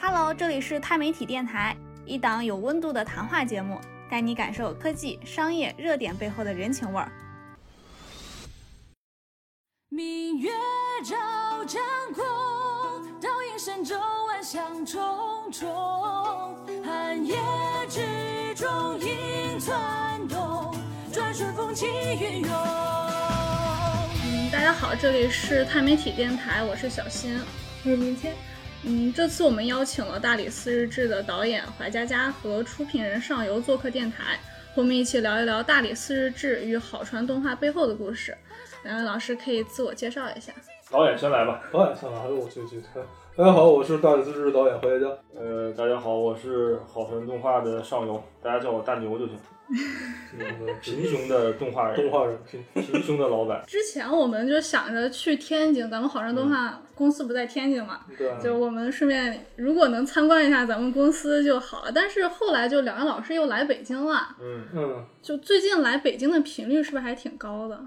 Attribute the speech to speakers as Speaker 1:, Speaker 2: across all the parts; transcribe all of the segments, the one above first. Speaker 1: Hello，这里是钛媒体电台，一档有温度的谈话节目，带你感受科技、商业热点背后的人情味儿。
Speaker 2: 明月照江空，倒映神州万象重重。寒夜之中，迎春冬，转瞬风起云涌。
Speaker 3: 嗯，大家好，这里是钛媒体电台，我是小新。
Speaker 4: 我是明天，
Speaker 3: 嗯，这次我们邀请了《大理寺日志》的导演怀佳佳和出品人上游做客电台，和我们一起聊一聊《大理寺日志》与好传动画背后的故事。两位老师可以自我介绍一下。
Speaker 5: 导演先来吧。
Speaker 4: 导演上来，还有我去去。大家好，我是大理自制导演回家。
Speaker 5: 呃，大家好，我是好神动画的上游，大家叫我大牛就行。贫
Speaker 4: 熊
Speaker 5: 穷的动画人，
Speaker 4: 动画人，贫
Speaker 5: 贫穷的老板，
Speaker 3: 之前我们就想着去天津，咱们好传动画公司不在天津嘛，
Speaker 4: 对啊，
Speaker 3: 就我们顺便如果能参观一下咱们公司就好了。但是后来就两位老师又来北京了，
Speaker 5: 嗯，
Speaker 4: 嗯，
Speaker 3: 就最近来北京的频率是不是还挺高的？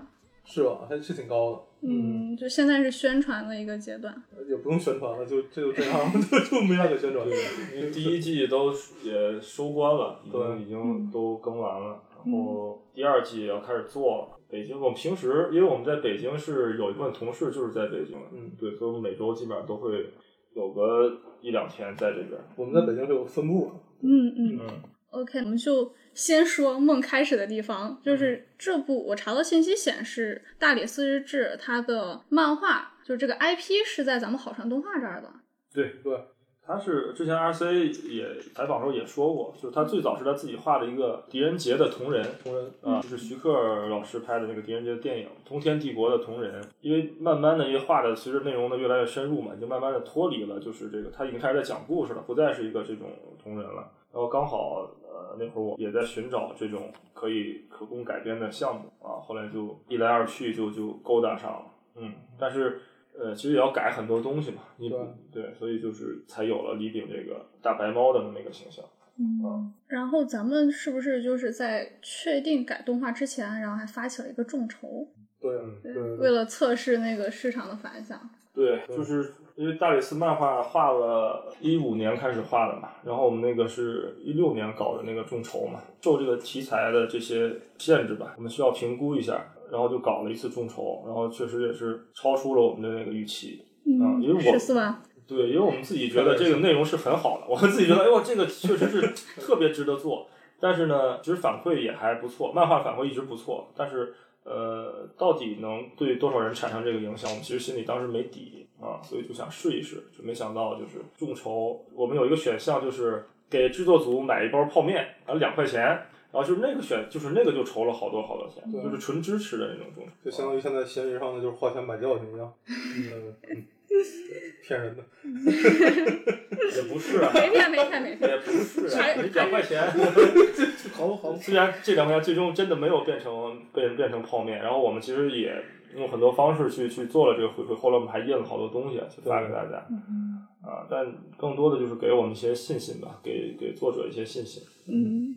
Speaker 4: 是吧？还是挺高的，
Speaker 3: 嗯，就现在是宣传的一个阶段。
Speaker 4: 也不用宣传了，就这就这样，就就没啥可宣传的。
Speaker 5: 因为第一季都也收官了，已
Speaker 4: 对
Speaker 5: 经已经都更完了，
Speaker 4: 嗯
Speaker 5: 然后第二季也要开始做了。北京，我们平时因为我们在北京是有一部分同事就是在北京的，
Speaker 4: 嗯，
Speaker 5: 对，所以我们每周基本上都会有个一两天在这边。
Speaker 4: 我们在北京是有分部的，
Speaker 3: 嗯嗯
Speaker 5: 嗯，
Speaker 3: ，OK，我们就先说梦开始的地方，就是这部我查到信息显示，《大理寺日志》它的漫画就是这个 IP 是在咱们好传动画这儿的。
Speaker 5: 对
Speaker 4: 对，
Speaker 5: 他是之前 RC 也采访的时候也说过，就是他最早是他自己画的一个狄仁杰的同人，
Speaker 4: 同人
Speaker 5: 啊，就是徐克老师拍的那个《狄仁杰》的电影《通天帝国》的同人，因为慢慢的，因为画的随着内容的越来越深入嘛，已经慢慢的脱离了，就是这个他已经开始在讲故事了，不再是一个这种同人了。然后刚好呃那会儿我也在寻找这种可以可供改编的项目啊，后来就一来二去就就勾搭上了，嗯，但是。呃，其实也要改很多东西嘛，你
Speaker 4: 对
Speaker 5: 对，所以就是才有了李炳这个大白猫的那么一个形象。
Speaker 3: 嗯，然后咱们是不是就是在确定改动画之前，然后还发起了一个众筹，
Speaker 4: 对啊
Speaker 5: 嗯
Speaker 4: 对
Speaker 3: 为
Speaker 4: 对
Speaker 3: 了测试那个市场的反响？
Speaker 5: 对，就是因为大理寺漫画画了一五年开始画的嘛，然后我们那个是一六年搞的那个众筹嘛，受这个题材的这些限制吧，我们需要评估一下，然后就搞了一次众筹，然后确实也是超出了我们的那个预期。啊因为我
Speaker 3: 十四万，
Speaker 5: 对，因为我们自己觉得这个内容是很好的，我们自己觉得，哎呦，这个确实是特别值得做。但是呢，其实反馈也还不错，漫画反馈一直不错，但是呃，到底能对多少人产生这个影响，我们其实心里当时没底啊，所以就想试一试，就没想到就是众筹，我们有一个选项就是给制作组买一包泡面，然后两块钱，然后就是那个选，就是那个就筹了好多好多钱，
Speaker 4: 对
Speaker 5: 就是纯支持的那种众筹，啊
Speaker 4: 就相当于现在闲鱼上的就是花钱买教训一样，嗯，嗯骗人的。
Speaker 5: 也不是啊，
Speaker 3: 没骗没骗没骗。
Speaker 5: 也不是、啊
Speaker 3: 还，
Speaker 5: 你两块钱。
Speaker 4: 好不好？
Speaker 5: 虽然这两块钱最终真的没有变成被变成泡面，然后我们其实也用很多方式去去做了这个回馈，后来我们还印了好多东西去发给大家，
Speaker 3: 嗯
Speaker 5: 啊，但更多的就是给我们一些信心吧，给给作者一些信心。
Speaker 3: 嗯，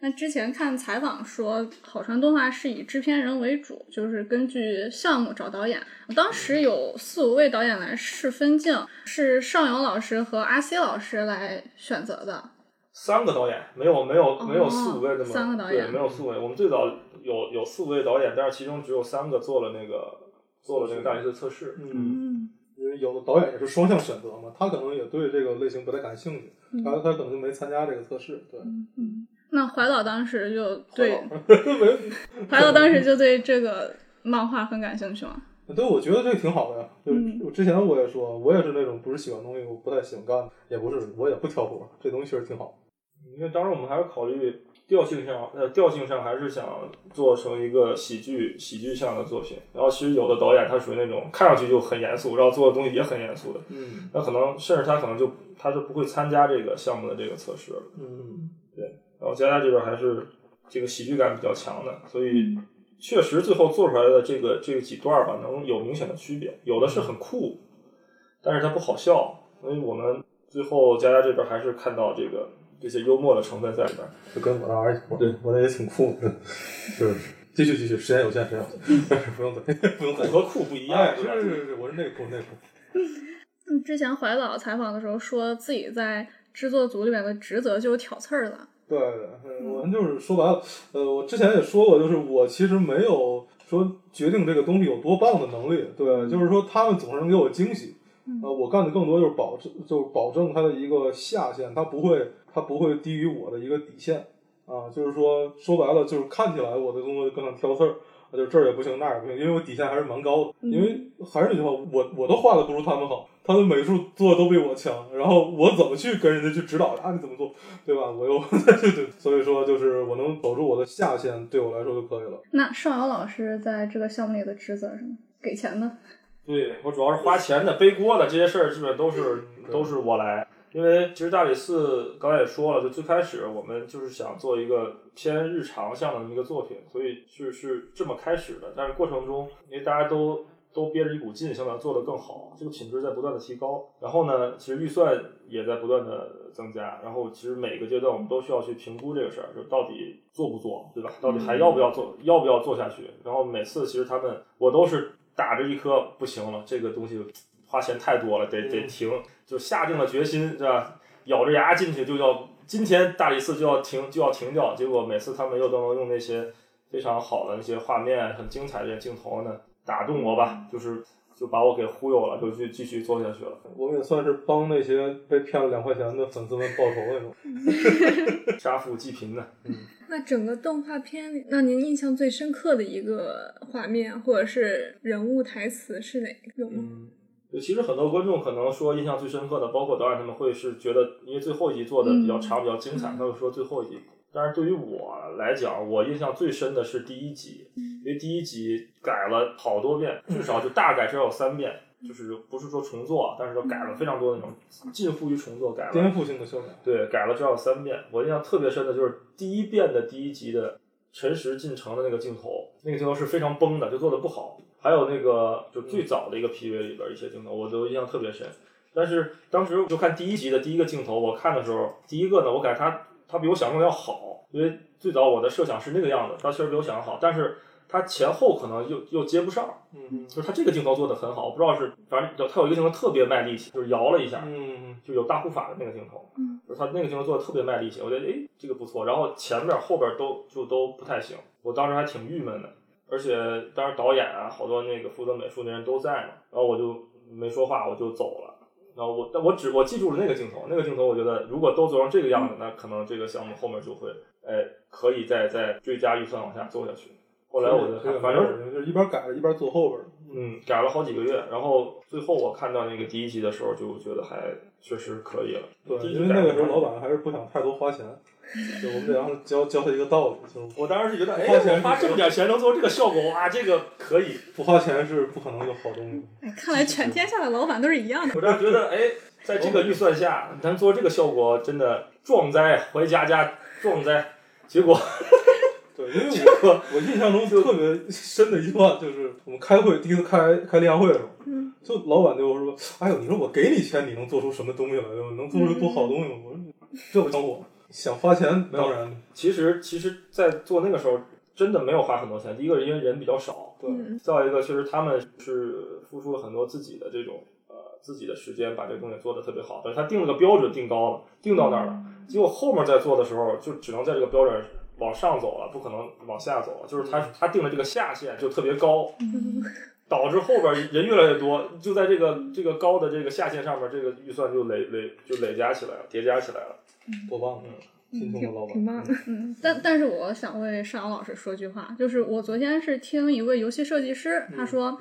Speaker 3: 那之前看采访说，好传动画是以制片人为主，就是根据项目找导演。当时有四五位导演来试分镜，是尚勇老师和阿 C 老师来选择的。
Speaker 5: 三个导演，没有没有没有四五位那么、
Speaker 3: 哦三个导演
Speaker 5: 对，没有四五位。我们最早有有四五位导演，但是其中只有三个做了那个做了那个大学的测试。
Speaker 4: 嗯，因为有的导演也是双向选择嘛，他可能也对这个类型不太感兴趣，然后他可能就没参加这个测试。对，
Speaker 3: 那怀导当时就对
Speaker 4: 没
Speaker 3: 怀导当时就对这个漫画很感兴趣嘛。
Speaker 4: 对，我觉得这个挺好的呀。就是
Speaker 3: 嗯
Speaker 4: 我之前我也说，我也是那种不是喜欢东西，我不太喜欢干，也不是我也不挑活，这东西确实挺好。
Speaker 5: 因为当时我们还是考虑调性上，呃，调性上还是想做成一个喜剧喜剧向的作品。然后其实有的导演他属于那种看上去就很严肃，然后做的东西也很严肃的，
Speaker 4: 嗯
Speaker 5: 那可能甚至他可能就他就不会参加这个项目的这个测试了。
Speaker 4: 嗯，
Speaker 5: 然后佳佳这边还是这个喜剧感比较强的，所以确实最后做出来的这个这几段儿吧，能有明显的区别。有的是很酷，但是它不好笑，所以我们最后佳佳这边还是看到这个这些幽默的成分在里边儿。
Speaker 4: 就跟我那玩意儿，
Speaker 5: 对
Speaker 4: 我那也挺酷的。 是，继续继续，时间有限，时间有 限，不用等，不用
Speaker 5: 酷
Speaker 4: 等。
Speaker 5: 和酷不一样，
Speaker 4: 哎，
Speaker 5: 对吧
Speaker 4: 是是是，我是内裤内裤。
Speaker 3: 嗯，之前怀老采访的时候说自己在制作组里面的职责就是挑刺儿了。
Speaker 4: 对，嗯我就是说白了，呃，我之前也说过，就是我其实没有说决定这个东西有多棒的能力，对，就是说他们总是能给我惊喜。呃，我干的更多就是保证，就是保证它的一个下限，它不会，它不会低于我的一个底线啊。就是说，说白了，就是看起来我的工作就更像挑刺儿，啊就这儿也不行，那儿也不行，因为我底线还是蛮高的。因为还是那句话，我我都画的不如他们好，他的美术做的都比我强，然后我怎么去跟人家去指导啊？你怎么做，对吧？我又 对对，所以说就是我能守住我的下限，对我来说就可以了。
Speaker 3: 那邵瑶老师在这个项目里的职责是什么？给钱的。
Speaker 5: 对我主要是花钱的、背锅的这些事儿，基本都是都是我来。因为其实大理寺刚才也说了，就最开始我们就是想做一个偏日常向的那么一个作品，所以是是这么开始的。但是过程中，因为大家都都憋着一股劲，想把它做得更好，这个品质在不断的提高。然后呢，其实预算也在不断的增加。然后其实每个阶段我们都需要去评估这个事儿，就到底做不做，对吧？到底还要不要做，要不要做下去？然后每次其实他们我都是打着一颗不行了，这个东西花钱太多了，得得停，就下定了决心，对吧？咬着牙进去就要，今天大理寺就要停，就要停掉。结果每次他们又都能用那些非常好的那些画面、很精彩的这些镜头呢，打动我吧，就是就把我给忽悠了，就去继续做下去了。
Speaker 4: 我们也算是帮那些被骗了两块钱的粉丝们报仇那种。
Speaker 5: 杀富济贫呢，
Speaker 6: 那整个动画片里，让您印象最深刻的一个画面或者是人物台词是哪个？有吗？
Speaker 5: 嗯，就其实很多观众可能说印象最深刻的，包括导演他们会是觉得，因为最后一集做的比较长、比较精彩，他会说最后一集。但是对于我来讲，我印象最深的是第一集，因为第一集改了好多遍，至少就大改至少有三遍，就是不是说重做，但是说改了非常多那种，近乎于重做，改了
Speaker 4: 颠覆性的修改，
Speaker 5: 对，改了至少有三遍。我印象特别深的就是第一遍的第一集的陈实进城的那个镜头，那个镜头是非常崩的，就做的不好。还有那个就最早的一个 PV 里边一些镜头，我都印象特别深。但是当时我就看第一集的第一个镜头，我看的时候，第一个呢，我感觉它它比我想象的要好，因为最早我的设想是那个样子，它确实比我想的好，但是它前后可能又又接不上，
Speaker 4: 嗯
Speaker 5: 就是它这个镜头做的很好，我不知道是反正有它有一个镜头特别卖力气，就是摇了一下，
Speaker 4: 嗯，
Speaker 5: 就有大护法的那个镜头，就是他那个镜头做的特别卖力气，我觉得诶这个不错。然后前面后边都就都不太行，我当时还挺郁闷的。而且当时导演啊，好多那个负责美术的人都在嘛，然后我就没说话，我就走了。然后我但我只我记住了那个镜头，那个镜头我觉得如果都做成这个样子，那可能这个项目后面就会哎可以再再追加预算往下做下去。后来我就看，反正
Speaker 4: 就是一边改一边做后边儿。
Speaker 5: 嗯，改了好几个月，然后最后我看到那个第一集的时候，就觉得还确实可以了。
Speaker 4: 对，
Speaker 5: 第一
Speaker 4: 因
Speaker 5: 集
Speaker 4: 为
Speaker 5: 改
Speaker 4: 那
Speaker 5: 得
Speaker 4: 个时候
Speaker 5: 蛮
Speaker 4: 老板还是不想太多花 钱，就我们得让他教教他一个道理，就是
Speaker 5: 我当时就觉得，哎，
Speaker 4: 花钱
Speaker 5: 我花这么点钱能做这个效果，哇，这个可以。
Speaker 4: 不花钱是不可能有好东西。
Speaker 3: 哎，看来全天下的老板都是一样的。
Speaker 5: 我当时觉得，哎，在这个预算下，咱做这个效果真的壮哉，回家家壮哉。结果，
Speaker 4: 对，因为 我我印象中特别深的一段就是我们开会第一次开开例案会的时候，
Speaker 5: 嗯
Speaker 4: 就老板就说：“哎呦，你说我给你钱，你能做出什么东西来？就能做出多好东西吗？”我说：“这不像我，想花钱当然
Speaker 5: 其实其实，在做那个时候，真的没有花很多钱。第一个是因为人比较少，
Speaker 4: 对，
Speaker 5: 再一个，其实他们是付出了很多自己的这种呃自己的时间，把这个东西做得特别好。但是他定了个标准，定高了，定到那儿了。结果后面再做的时候，就只能在这个标准往上走了，不可能往下走了。就是他他定的这个下限就特别高，导致后边人越来越多，就在这个这个高的这个下限上面，这个预算就累累就累加起来了，叠加起来了。
Speaker 4: 多棒啊！
Speaker 5: 嗯
Speaker 4: 心痛的老
Speaker 6: 挺
Speaker 4: 板
Speaker 6: 棒，的。
Speaker 3: 嗯，但但是我想为邵瑶老师说句话，就是我昨天是听一位游戏设计师他说，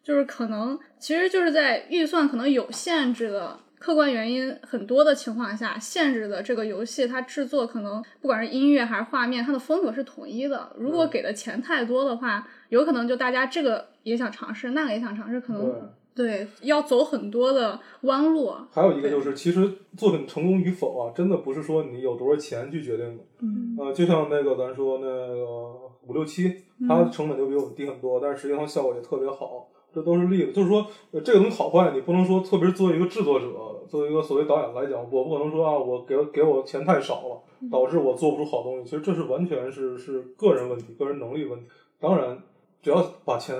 Speaker 3: 就是可能其实就是在预算可能有限制的。客观原因很多的情况下，限制的这个游戏，它制作可能不管是音乐还是画面，它的风格是统一的。如果给的钱太多的话，有可能就大家这个也想尝试，那个也想尝试，可
Speaker 4: 对。
Speaker 3: 能对要走很多的弯路。啊
Speaker 4: 还有一个就是，其实作品成功与否啊，真的不是说你有多少钱去决定的。
Speaker 3: 嗯，
Speaker 4: 呃，就像那个咱说那个五六七，它成本就比我们低很多，但是实际上效果也特别好，这都是例子。就是说，呃这个东西好坏，你不能说，特别是作为一个制作者，作为一个所谓导演来讲，我不可能说啊，我给给我钱太少了，导致我做不出好东西。其实这是完全是是个人问题，个人能力问题。当然，只要把钱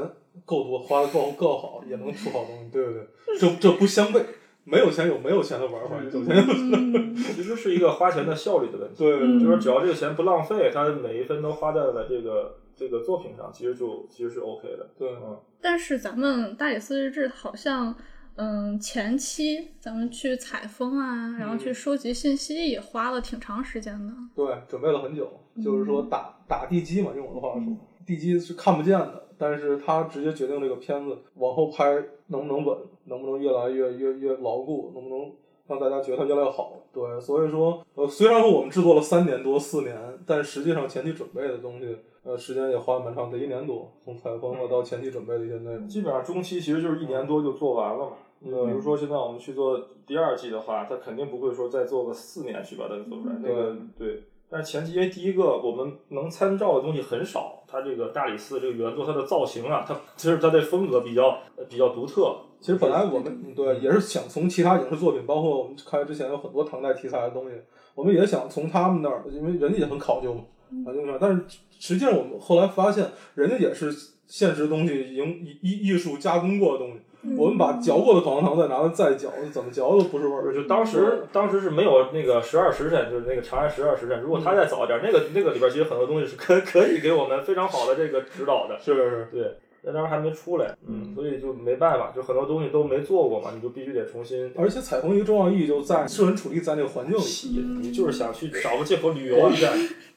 Speaker 4: 够多，花的够够好，也能出好东西，对不对？这这不相悖。没有钱有没有钱的玩法，有钱有
Speaker 5: 其实是一个花钱的效率的问题。
Speaker 4: 对
Speaker 5: 就是说只要这个钱不浪费，他每一分都花在了这个这个作品上，其实就其实是 OK 的。
Speaker 4: 对
Speaker 5: 嗯，
Speaker 3: 但是咱们大理寺日志好像，嗯，前期咱们去采风啊，然后
Speaker 4: 嗯
Speaker 3: 去收集信息也花了挺长时间的。
Speaker 4: 对，准备了很久，就是说打打地基嘛，用我的话说，地基是看不见的，但是它直接决定这个片子往后拍能不能稳，能不能越来越越越牢固，能不能让大家觉得它越来越好。对，所以说，呃，虽然说我们制作了三年多四年，但实际上前期准备的东西，呃，时间也花了蛮长的，一年多，从采风啊到前期准备的一些内容。
Speaker 5: 基本上中期其实就是一年多就做完了嘛。
Speaker 4: 嗯
Speaker 5: 比如说现在我们去做第二季的话，他肯定不会说再做个四年去把它做出来。那个对，但是前期因为第一个我们能参照的东西很少，它这个大理寺这个原作它的造型啊，它其实它的风格比较呃比较独特。
Speaker 4: 其实本来我们对也是想从其他影视作品，包括我们开之前有很多唐代题材的东西，我们也想从他们那儿，因为人家也很考究嘛，考究嘛。但是实际上我们后来发现，人家也是现实东西影艺艺艺术加工过的东西。我们把嚼过的口香糖再拿来再嚼，怎么嚼都不是味儿。
Speaker 5: 就当时当时是没有那个十二时辰，就是那个长安十二时辰。如果他再早一点，那个那个里边其实很多东西是可可以给我们非常好的这个指导的。
Speaker 4: 是是是，
Speaker 5: 对，那当时还没出来，嗯，所以就没办法，就很多东西都没做过嘛，你就必须得重新。
Speaker 4: 而且彩虹一个重要意义就在设身处地在那个环境里。
Speaker 5: 你你就是想去找个借口旅游一下，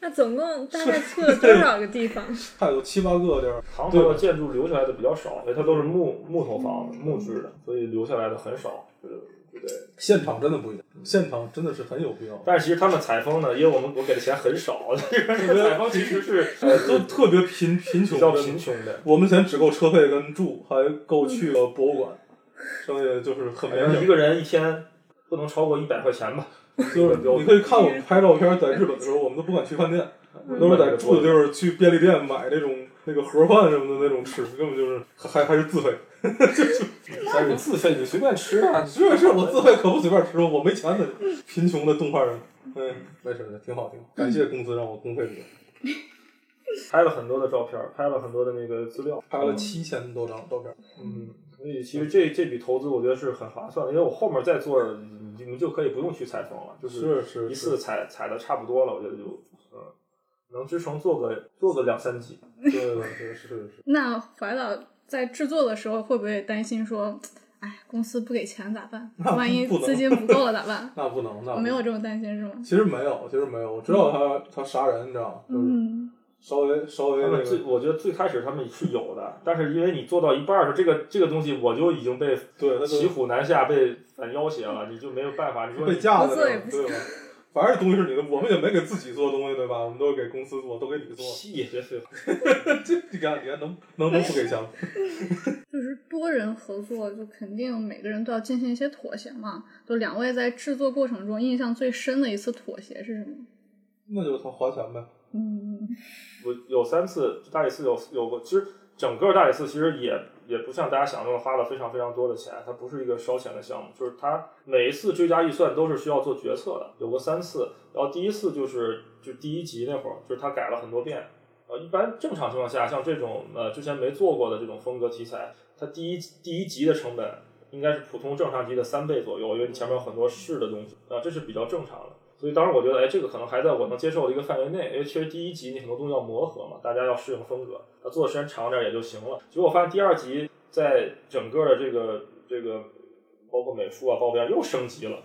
Speaker 6: 那总共大概去了多少个地方？
Speaker 4: 还有七八个地儿，
Speaker 5: 唐朝的建筑留下来的比较少，因为它都是木木头房、木质的，所以留下来的很少。就是
Speaker 4: 现场真的不一样，现场真的是很有必要。
Speaker 5: 但是其实他们采风呢，因为我们我给的钱很少，采风其实是
Speaker 4: 呃，都特别贫贫穷，
Speaker 5: 比较贫穷的。
Speaker 4: 我们钱只够车费跟住，还够去了博物馆，
Speaker 5: 嗯
Speaker 4: 剩下就是很
Speaker 5: 反
Speaker 4: 勉
Speaker 5: 正一
Speaker 4: 强。
Speaker 5: 个人一天不能超过一百块钱吧，
Speaker 4: 就是
Speaker 5: 标
Speaker 4: 你可
Speaker 5: 准。
Speaker 4: 以看我们拍照片，在日本的时候，我们都不敢去饭店，
Speaker 5: 嗯
Speaker 4: 都是在住的地儿去便利店买那种那个盒饭什么的那种吃，根本就是还还是自费。
Speaker 5: 但是你自费，你随便吃啊。
Speaker 4: 是是，我自费可不随便吃，我没钱的，贫穷的动画人。嗯，没事的，挺好挺好。感谢公司让我公费
Speaker 5: 哦
Speaker 4: 旅游，
Speaker 5: 拍了很多的照片，拍了很多的那个资料，
Speaker 4: 拍了七千多张照片。
Speaker 5: 嗯，所以其实这这笔投资我觉得是很划算的，因为我后面再做，你你们就可以不用去采风了，就是
Speaker 4: 是是
Speaker 5: 一次采采的差不多了，我觉得就嗯，能支撑做个做个两三集。
Speaker 4: 对对对，是是是。
Speaker 3: 那怀老在制作的时候会不会担心说，哎，公司不给钱咋办？
Speaker 4: 那
Speaker 3: 万一
Speaker 4: 不能？
Speaker 3: 资金不够了咋办
Speaker 4: 那不能， 那不能
Speaker 3: 没有这种担心是吗？
Speaker 4: 其实没有，其实没有，我知道他他杀人，你知道吗？就是
Speaker 3: 嗯，
Speaker 4: 稍微稍微
Speaker 5: 他
Speaker 4: 那
Speaker 5: 们最
Speaker 4: 个，
Speaker 5: 我觉得最开始他们是有的，但是因为你做到一半儿的时候，这个这个东西我就已经被
Speaker 4: 对，他
Speaker 5: 骑
Speaker 4: 就
Speaker 5: 虎难下，被反要挟了，你就没有办法。你说
Speaker 4: 被
Speaker 5: 你
Speaker 4: 架
Speaker 6: 不
Speaker 4: 在
Speaker 6: 做也
Speaker 4: 那，
Speaker 6: 不
Speaker 4: 对吧？反正东西是你的，我们也没给自己做东西，对吧？我们都是给公司做，都给你 做。
Speaker 5: 屁，别废话。
Speaker 4: 这你看，你看能能能不给钱吗？
Speaker 3: 就是多人合作，就肯定每个人都要进行一些妥协嘛。就两位在制作过程中印象最深的一次妥协是什么？
Speaker 4: 那就他花钱呗。
Speaker 3: 嗯，
Speaker 5: 我有三次大理寺有有过，其实整个大理寺其实也也不像大家想象中花了非常非常多的钱，它不是一个烧钱的项目，就是它每一次追加预算都是需要做决策的，有过三次，然后第一次就是就第一集那会儿，就是它改了很多遍。呃，一般正常情况下，像这种呃之前没做过的这种风格题材，它第一第一集的成本应该是普通正常集的三倍左右，因为你前面有很多试的东西啊，这是比较正常的。所以当时我觉得，哎，这个可能还在我能接受的一个范围内，因为其实第一集你很多东西要磨合嘛，大家要适应风格，那做的时间长点也就行了。结果我发现第二集在整个的这个这个包括美术啊，包括表演又升级了。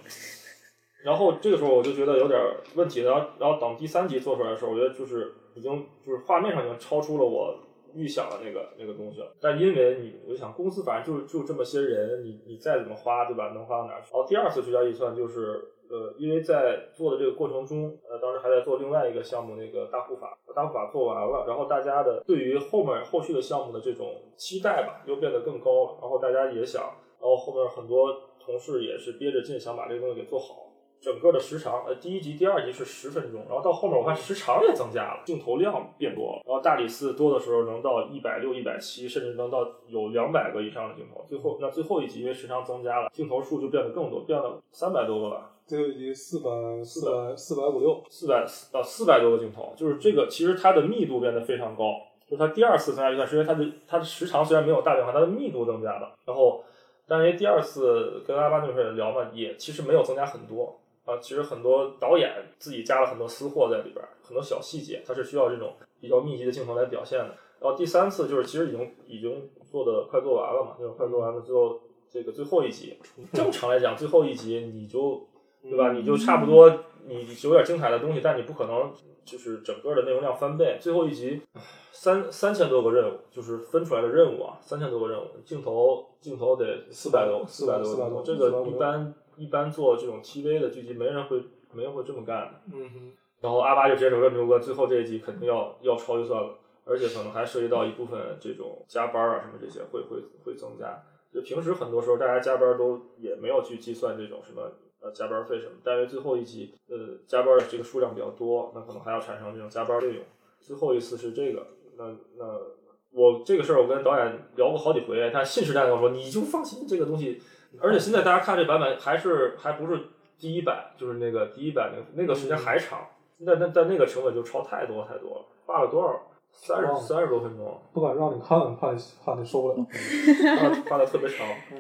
Speaker 5: 然后这个时候我就觉得有点问题，然后然后等第三集做出来的时候，我觉得就是已经就是画面上已经超出了我预想的那个那个东西了。但因为你，我就想公司反正就就这么些人，你你再怎么花，对吧？能花到哪儿去？然后第二次追加预算就是。呃，因为在做的这个过程中，呃，当时还在做另外一个项目，那个大护法，大护法做完了，然后大家的对于后面后续的项目的这种期待吧，又变得更高了，然后大家也想，然后后面很多同事也是憋着劲想把这个东西给做好，整个的时长，呃，第一集、第二集是十分钟，然后到后面我看时长也增加了，镜头量变多了，然后大理寺多的时候能到一百六、一百七，甚至能到有两百个以上的镜头。最后那最后一集因为时长增加了，镜头数就变得更多，变了三百多个吧，
Speaker 4: 这个集四百四百四百五六，
Speaker 5: 四百到四百多个镜头，就是这个其实它的密度变得非常高，就是它第二次增加预算，是因为它的它的时长虽然没有大变化，它的密度增加了，然后。但是因为第二次跟阿巴那边聊嘛，也其实没有增加很多啊。其实很多导演自己加了很多私货在里边儿，很多小细节，它是需要这种比较密集的镜头来表现的。然后第三次就是其实已经已经做的快做完了嘛，就是快做完了之后，这个最后一集，正常来讲最后一集你就对吧，你就差不多你有点精彩的东西，但你不可能就是整个的内容量翻倍。最后一集唉三三千多个任务，就是分出来的任务啊，三千多个任务，镜头镜头得四百多，
Speaker 4: 四
Speaker 5: 四
Speaker 4: 百
Speaker 5: 百
Speaker 4: 多
Speaker 5: 多个镜头，
Speaker 4: 四
Speaker 5: 这
Speaker 4: 百多
Speaker 5: 个一般一般做这种 TV 的剧集，没人会没人会这么干的。
Speaker 4: 嗯哼，
Speaker 5: 然后阿巴就直接说：“牛哥，最后这一集肯定要要超预算了，而且可能还涉及到一部分这种加班啊什么这些会会会增加。就平时很多时候大家加班都也没有去计算这种什么呃加班费什么，但是最后一集呃加班的这个数量比较多，那可能还要产生这种加班费用。最后一次是这个，那那我这个事儿我跟导演聊过好几回，他信誓旦旦地跟我说：你就放心，这个东西。而且现在大家看这版本还是还不是第一版，就是那个第一版那个那个时间还长。”那那但那个成本就超太多太多了，花了多少？三
Speaker 4: 忘了
Speaker 5: 十三十多分钟，
Speaker 4: 不敢让你看，怕你怕你受不了。
Speaker 5: 花的花的特别长，
Speaker 4: 嗯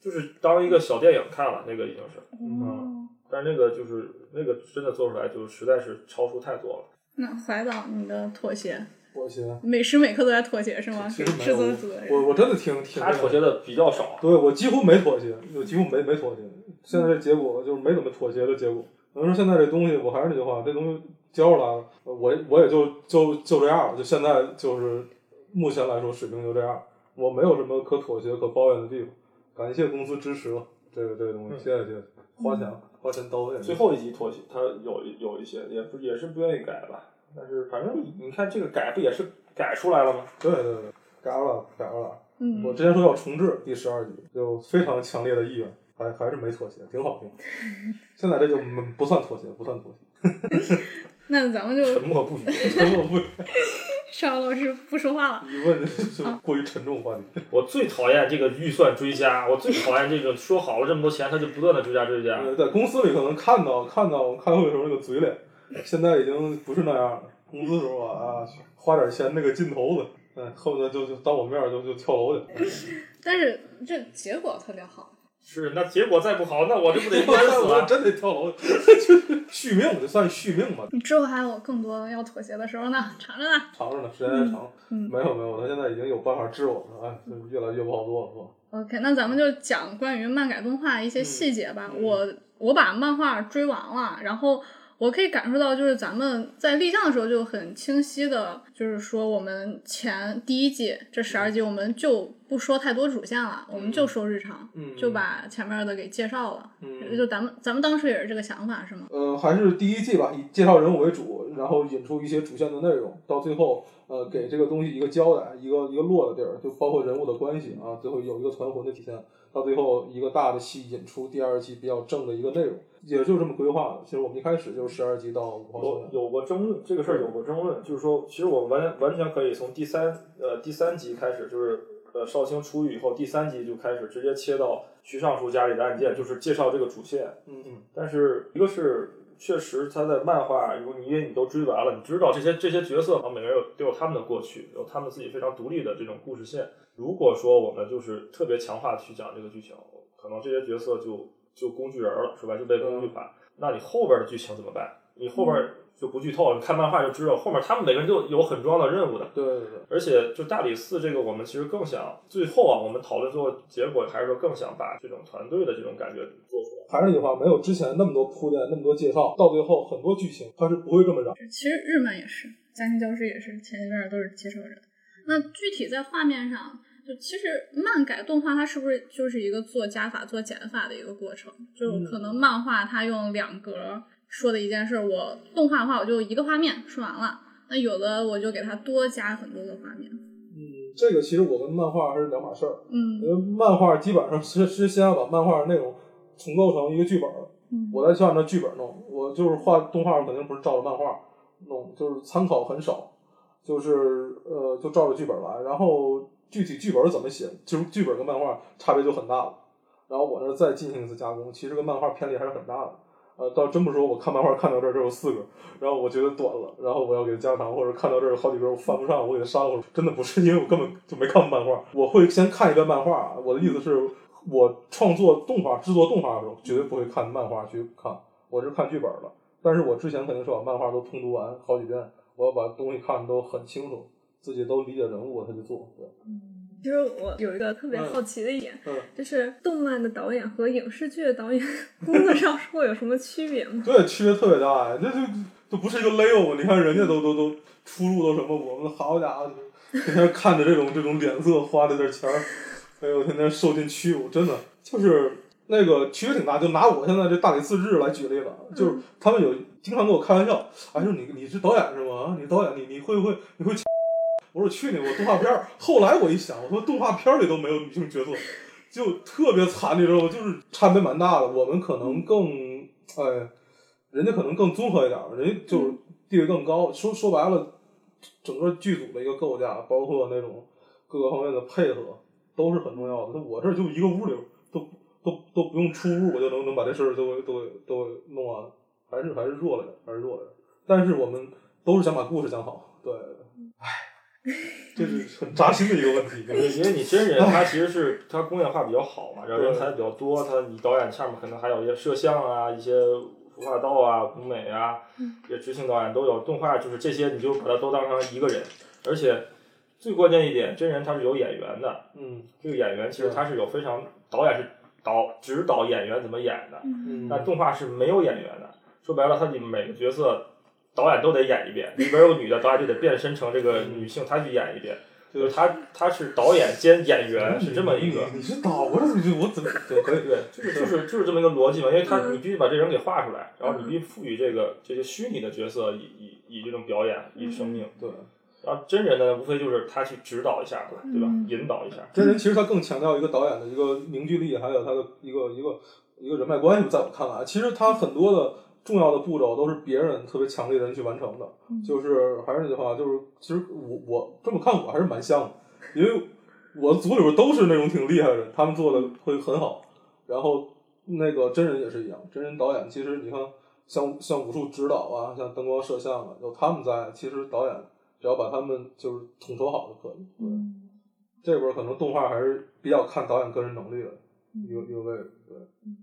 Speaker 5: 就是当一个小电影看了，那个已经是，
Speaker 3: 嗯
Speaker 4: 嗯
Speaker 1: 哦，
Speaker 5: 但是那个就是那个真的做出来就实在是超出太多了。
Speaker 3: 那怀导，你的妥协，
Speaker 4: 妥协，
Speaker 3: 每时每刻都在妥协是吗？
Speaker 4: 其
Speaker 3: 给
Speaker 4: 实没
Speaker 3: 制
Speaker 4: 有
Speaker 3: 作嗯组的人。
Speaker 4: 我我真的挺挺
Speaker 5: 他妥协的比较少，
Speaker 4: 对我几乎没妥协，我几乎没没妥协。现在这结果就是没怎么妥协的结果。可能说现在这东西，我还是那句话，这东西交出来了，呃我我也就就就这样了。就现在就是目前来说水平就这样，我没有什么可妥协、可抱怨的地方。感谢公司支持了，这个这个东西，
Speaker 5: 嗯
Speaker 4: 谢谢谢谢，花钱了花钱到位。
Speaker 5: 最后一集妥协，他有有一些也不也是不愿意改吧，但是反正你看这个改不也是改出来了吗？
Speaker 4: 对对对，改出来了改出来了。
Speaker 3: 嗯
Speaker 4: 我之前说要重置第十二集，有非常强烈的意愿，还还是没妥协，挺好挺好。现在这就没不算妥协，不算妥协。
Speaker 3: 那咱们就
Speaker 5: 沉默不语。
Speaker 4: 沉默不语，
Speaker 3: 邵老师不说话了。
Speaker 4: 一问就过于沉重话题。
Speaker 5: 我最讨厌这个预算追加，我最讨厌这个说好了这么多钱，他就不断的追加追加。
Speaker 4: 呃在公司里可能看到看到开会的时候那个嘴脸，现在已经不是那样了。公司时候啊，啊花点钱那个劲头子，嗯，恨不得就就当我面儿就就跳楼去。
Speaker 3: 但是这结果特别好，
Speaker 5: 是，那结果再不好，那我这不 得饿死啊
Speaker 4: 我
Speaker 5: 了？
Speaker 4: 真得跳楼，续命，这算续命吧？
Speaker 3: 你之后还有更多要妥协的时候呢，尝啊尝呢。
Speaker 4: 尝尝呢，时间还长。
Speaker 3: 嗯
Speaker 4: 没有没有，他现在已经有办法治我了，哎，就越来越不好做了，是吧？
Speaker 3: OK，那咱们就讲关于漫改动画一些细节吧。
Speaker 4: 嗯
Speaker 3: 我我把漫画追完了，然后我可以感受到，就是咱们在立项的时候就很清晰的，就是说我们前第一季这十二集我们就不说太多主线了，我们就说日常，
Speaker 4: 嗯嗯
Speaker 3: 就把前面的给介绍了。
Speaker 4: 嗯
Speaker 3: 就咱们咱们当时也是这个想法是吗？
Speaker 4: 呃，还是第一季吧，以介绍人物为主，然后引出一些主线的内容，到最后，呃，给这个东西一个交代，一个一个落的地儿，就包括人物的关系啊，最后有一个团魂的体现，到最后一个大的戏引出第二季比较正的一个内容，也就这么规划的。其实我们一开始就是十二集到五号学
Speaker 5: 有
Speaker 4: 院，
Speaker 5: 有过争论，这个事儿有过争论，就是说，其实我完完全可以从第三呃第三集开始，就是呃绍兴出狱以后，第三集就开始直接切到徐尚书家里的案件，就是介绍这个主线。
Speaker 4: 嗯嗯，
Speaker 5: 但是一个是确实他在漫画，如果你因为你都追完了，你知道这些这些角色，啊，每个人有都有他们的过去，有他们自己非常独立的这种故事线。如果说我们就是特别强化去讲这个剧情，可能这些角色就就工具人了，是吧？就被工具化。那你后边的剧情怎么办？你后边就不剧透了，你看漫画就知道，后面他们每个人都有很重要的任务的。
Speaker 4: 对对对，
Speaker 5: 而且就大理寺这个，我们其实更想最后啊，我们讨论最后结果还是说更想把这种团队的这种感觉做出来。
Speaker 4: 还是那句话，没有之前那么多铺垫，那么多介绍，到最后很多剧情它是不会这么燃。
Speaker 3: 其实日漫也是，家庭教师也是，前一段都是接受人。那具体在画面上，就其实漫改动画它是不是就是一个做加法、做减法的一个过程？就可
Speaker 4: 嗯
Speaker 3: 能漫画它用两格说的一件事，我动画的话我就一个画面说完了。那有的我就给它多加很多个画面。
Speaker 4: 嗯，这个其实我跟漫画还是两码事儿。
Speaker 3: 嗯
Speaker 4: 因为漫画基本上是是先要把漫画的内容重构成一个剧本儿，
Speaker 3: 嗯
Speaker 4: 我再去按照剧本弄。我就是画动画，肯定不是照着漫画弄，就是参考很少，就是呃，就照着剧本来。然后具体剧本怎么写，就是剧本跟漫画差别就很大了。然后我这再进行一次加工，其实跟漫画偏离还是很大的。呃，倒真不是说我看漫画看到这儿这有四个，然后我觉得短了，然后我要给它加长，或者看到这儿有好几个我犯不上，我给它删了。真的不是因为我根本就没看过漫画，我会先看一遍漫画。我的意思是，我创作动画、制作动画的时候，绝对不会看漫画去看，我是看剧本的。但是我之前肯定是把漫画都通读完好几遍，我要把东西看的都很清楚，自己都理解人物，我才去做。对，
Speaker 6: 其实我有一个特别好奇的一点，
Speaker 4: 嗯，
Speaker 6: 就是动漫的导演和影视剧的导演 工作上是会有什么区别吗？
Speaker 4: 对，区别特别大呀，这就就不是一个 level。你看人家都都都出入都什么，我们好家伙，天天看着这种这种脸色，花这点钱儿，哎呦，天天受尽屈辱，真的就是那个区别挺大。就拿我现在这大理寺志来举例吧，啊就是他们有经常跟我开玩笑，哎，说你你是导演是吗？啊你导演你你会不会你会？ 我说去你！我动画片儿。后来我一想，我说动画片儿里都没有女性角色，就特别惨，你知道吗？就是差别蛮大的。我们可能更哎，人家可能更综合一点儿，人家就是地位更高。说说白了，整个剧组的一个构架，包括那种各个方面的配合，都是很重要的。那我这就一个屋里都都都不用出屋，我就能能把这事儿都都都弄完，还是还是弱了点，还是弱了点。但是我们都是想把故事讲好，对，唉，这是很扎心的一个问题。真的是
Speaker 5: 因为你真人他其实是他工业化比较好嘛，然后人才比较多，他你导演下面可能还有一些摄像啊、一些服化道啊、舞美啊，这执行导演都有，动画就是这些你就把它都当成一个人，而且最关键一点，真人他是有演员的，
Speaker 4: 嗯
Speaker 5: 这个演员其实他是有非常导演是导指导演员怎么演的，
Speaker 4: 嗯，
Speaker 5: 但动画是没有演员的。说白了，他的每个角色导演都得演一遍，里边有女的，导演就得变身成这个女性，她去演一遍。就是他他是导演兼演员，是这么一个。
Speaker 4: 你是导播，你我怎么对可以
Speaker 5: 对，就是就是嗯就是这么一个逻辑嘛，因为他你必须把这人给画出来，然后你
Speaker 6: 嗯
Speaker 5: 必须赋予这个这些虚拟的角色以以以这种表演以生命，
Speaker 4: 对？
Speaker 5: 然后真人呢，无非就是他去指导一下嘛，对吧？引导一下。
Speaker 4: 真人其实他更强调一个导演的一个凝聚力，还有他的一个一个一个人脉关系。在我看来，其实他很多的重要的步骤都是别人特别强力的人去完成的。就是还是那句话，就是其实我我这么看我还是蛮像的，因为我组里边都是那种挺厉害的人，他们做的会很好。然后那个真人也是一样，真人导演其实你看，像像武术指导啊，像灯光摄像啊，有他们在，其实导演只要把他们就是统筹好就可以。对。这边可能动画还是比较看导演个人能力的
Speaker 3: 嗯
Speaker 4: 一个一个位置，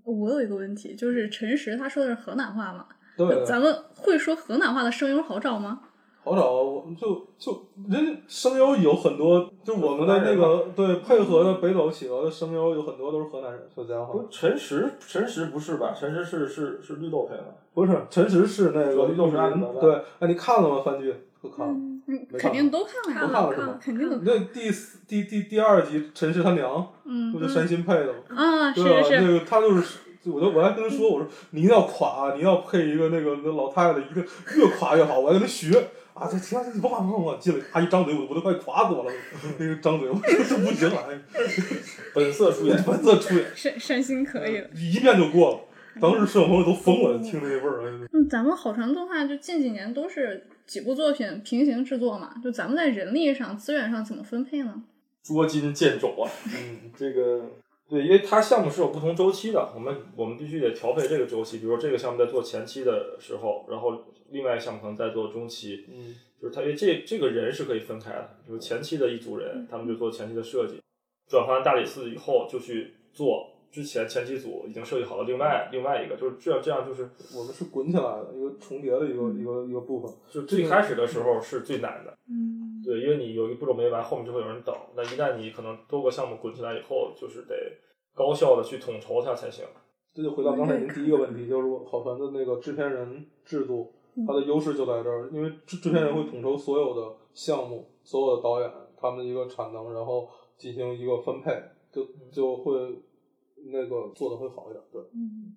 Speaker 3: 我有一个问题，就是陈实他说的是河南话嘛？
Speaker 4: 对对
Speaker 3: 咱
Speaker 4: 对，
Speaker 3: 们会说河南话的声优好找吗？
Speaker 4: 好找，我们就就人家声优有很多，就我们的那
Speaker 5: 河
Speaker 4: 个对配合的北斗企鹅的声优有很多都是河南人，说家
Speaker 5: 不
Speaker 4: 话
Speaker 5: 是陈实，陈实不是吧？陈实是是是绿豆配的，
Speaker 4: 不是陈实是那个
Speaker 5: 左
Speaker 4: 绿
Speaker 5: 立豆
Speaker 4: 林
Speaker 5: 是安德的
Speaker 4: 对，哎，你看了吗？番剧不看了，
Speaker 3: 嗯
Speaker 4: 没看
Speaker 3: 肯定都看了呀，
Speaker 4: 不看了是吗？
Speaker 3: 肯定都
Speaker 4: 那第四第第第二集陈实他娘，
Speaker 3: 嗯
Speaker 4: 不就山新配的吗？
Speaker 3: 啊， 是
Speaker 4: 对啊
Speaker 3: 是，是，
Speaker 4: 那个他就是， 我就我还跟他说，我说你一定要垮，你一定要配一个那个那老太太，一个越垮越好，我还跟他学。啊，这行行，你甭管甭管，进来他一张嘴，我我都快垮死我了。那个张嘴，我说这不行啊，
Speaker 5: 本色出演。
Speaker 4: 本色出演，
Speaker 3: 山山新可以了。
Speaker 4: 一遍就过了。
Speaker 3: 哎
Speaker 4: 当时摄影朋友都疯了，听着那味儿，哎
Speaker 3: 嗯，咱们好长动画就近几年都是几部作品平行制作嘛，就咱们在人力上、资源上怎么分配呢？
Speaker 5: 捉襟见肘啊。
Speaker 4: 嗯，
Speaker 5: 这个对，因为它项目是有不同周期的，我们我们必须得调配这个周期。比如说这个项目在做前期的时候，然后另外一个项目可能在做中期，
Speaker 4: 嗯，
Speaker 5: 就是它因为这这个人是可以分开的，比如前期的一组人，他们就做前期的设计，转换大理寺以后就去做。之前前期组已经设计好了另外另外一个，就是这样这样就是
Speaker 4: 我们是滚起来的一个重叠的一个一个一个部分。
Speaker 5: 就最开始的时候是最难的，嗯，对，因为你有一个步骤没完，后面就会有人等。那一旦你可能多个项目滚起来以后，就是得高效的去统筹它才行。
Speaker 4: 这就回到刚才您第一个问题，就是我好传的那个制片人制度，它的优势就在这儿，因为制制片人会统筹所有的项目、所有的导演他们的一个产能，然后进行一个分配，就就会那个做的会好一点。对，
Speaker 6: 嗯